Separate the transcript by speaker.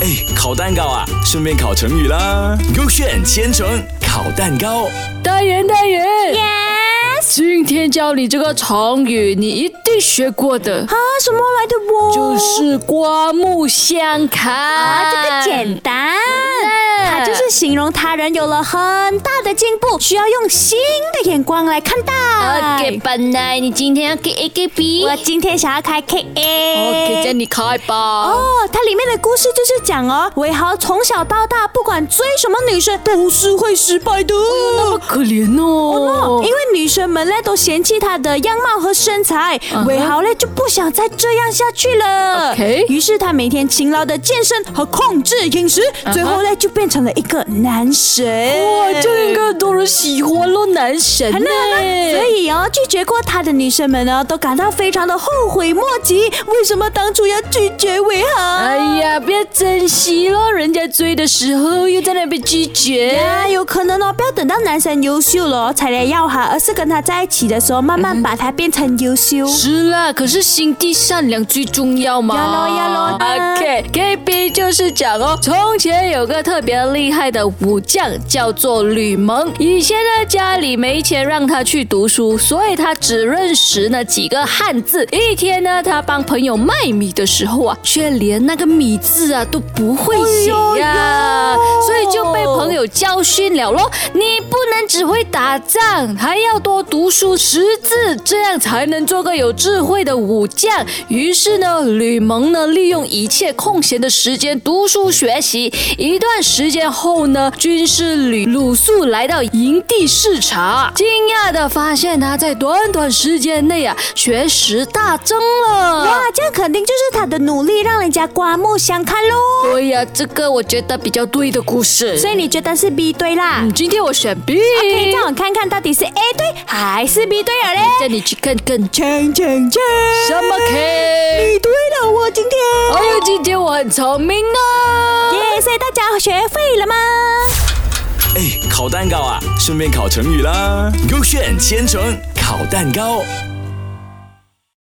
Speaker 1: 哎，烤蛋糕啊，顺便烤成语啦。勾选千层烤蛋糕，
Speaker 2: 单元单元
Speaker 3: Yes，
Speaker 2: 今天教你这个成语，你一定学过的，
Speaker 3: 啊，什么来的我？
Speaker 2: 就是刮目相看。
Speaker 3: 啊，这个简单。它就是形容他人有了很大的进步，需要用新的眼光来看待。
Speaker 2: OK，本来你今天要给 A 给 B。
Speaker 3: 我今天想要开 K A。
Speaker 2: OK，这样你开吧。
Speaker 3: 哦，它里面的故事就是讲哦，韦豪从小到大，不管追什么女生，都是会失败的。
Speaker 2: 好可怜哦
Speaker 3: 哦，因为女生们嘞都嫌弃他的样貌和身材
Speaker 2: 嗯，哼
Speaker 3: 韦豪嘞就不想再这样下去了
Speaker 2: OK。
Speaker 3: 于是他每天勤劳的健身和控制饮食，最后嘞就变成了一个男神。
Speaker 2: 嗯哇，这应该很多人喜欢咯，男神呢
Speaker 3: 很。啊
Speaker 2: 啊
Speaker 3: 所以哦，拒绝过他的女生们呢，都感到非常的后悔莫及。为什么当初要拒绝韦豪？
Speaker 2: 哎呀，不要珍惜咯，人家追的时候又在那边拒绝。
Speaker 3: 啊，有可能哦，不要等到男生优秀了哦才来要他，而是跟他在一起的时候，慢
Speaker 2: 嗯
Speaker 3: 慢把他变成优秀。
Speaker 2: 是啦，可是心地善良最重要嘛。
Speaker 3: 呀咯啊呀咯的
Speaker 2: OK K B 就是讲哦，从前有个特别厉害的武将，叫做吕蒙。以前呢，家里没钱让他去读书，所以他只认识那几个汉字。一天呢，他帮朋友卖米的时候啊，却连那个米字啊都不会写呀、
Speaker 3: 哎
Speaker 2: 所以就被朋友教训了咯。你不能只会打仗，还要多读书识字，这样才能做个有智慧的武将。于是呢，吕蒙呢利用一切空闲的时间读书学习。一段时间后呢，军师吕鲁肃来到营地视察，惊讶的发现他在短短时间内啊学识大增了。
Speaker 3: 哇，这样肯定就是他的努力让人家刮目相看喽。
Speaker 2: 对哎呀、这个我觉得比较对的故事。
Speaker 3: 所以你觉得是 B 对啦？
Speaker 2: 嗯，今天我选 B。
Speaker 3: 可以让我看看到底是 A 对还是 B 对了嘞？
Speaker 2: 带你去看看
Speaker 3: 锵锵锵！
Speaker 2: 什么 K。
Speaker 3: B 对了，我今天。
Speaker 2: 哎呦，今天我很聪明啊！
Speaker 3: 耶，所以大家学会了吗？
Speaker 1: 哎，烤蛋糕啊，顺便烤成语啦。勾选千层烤蛋糕。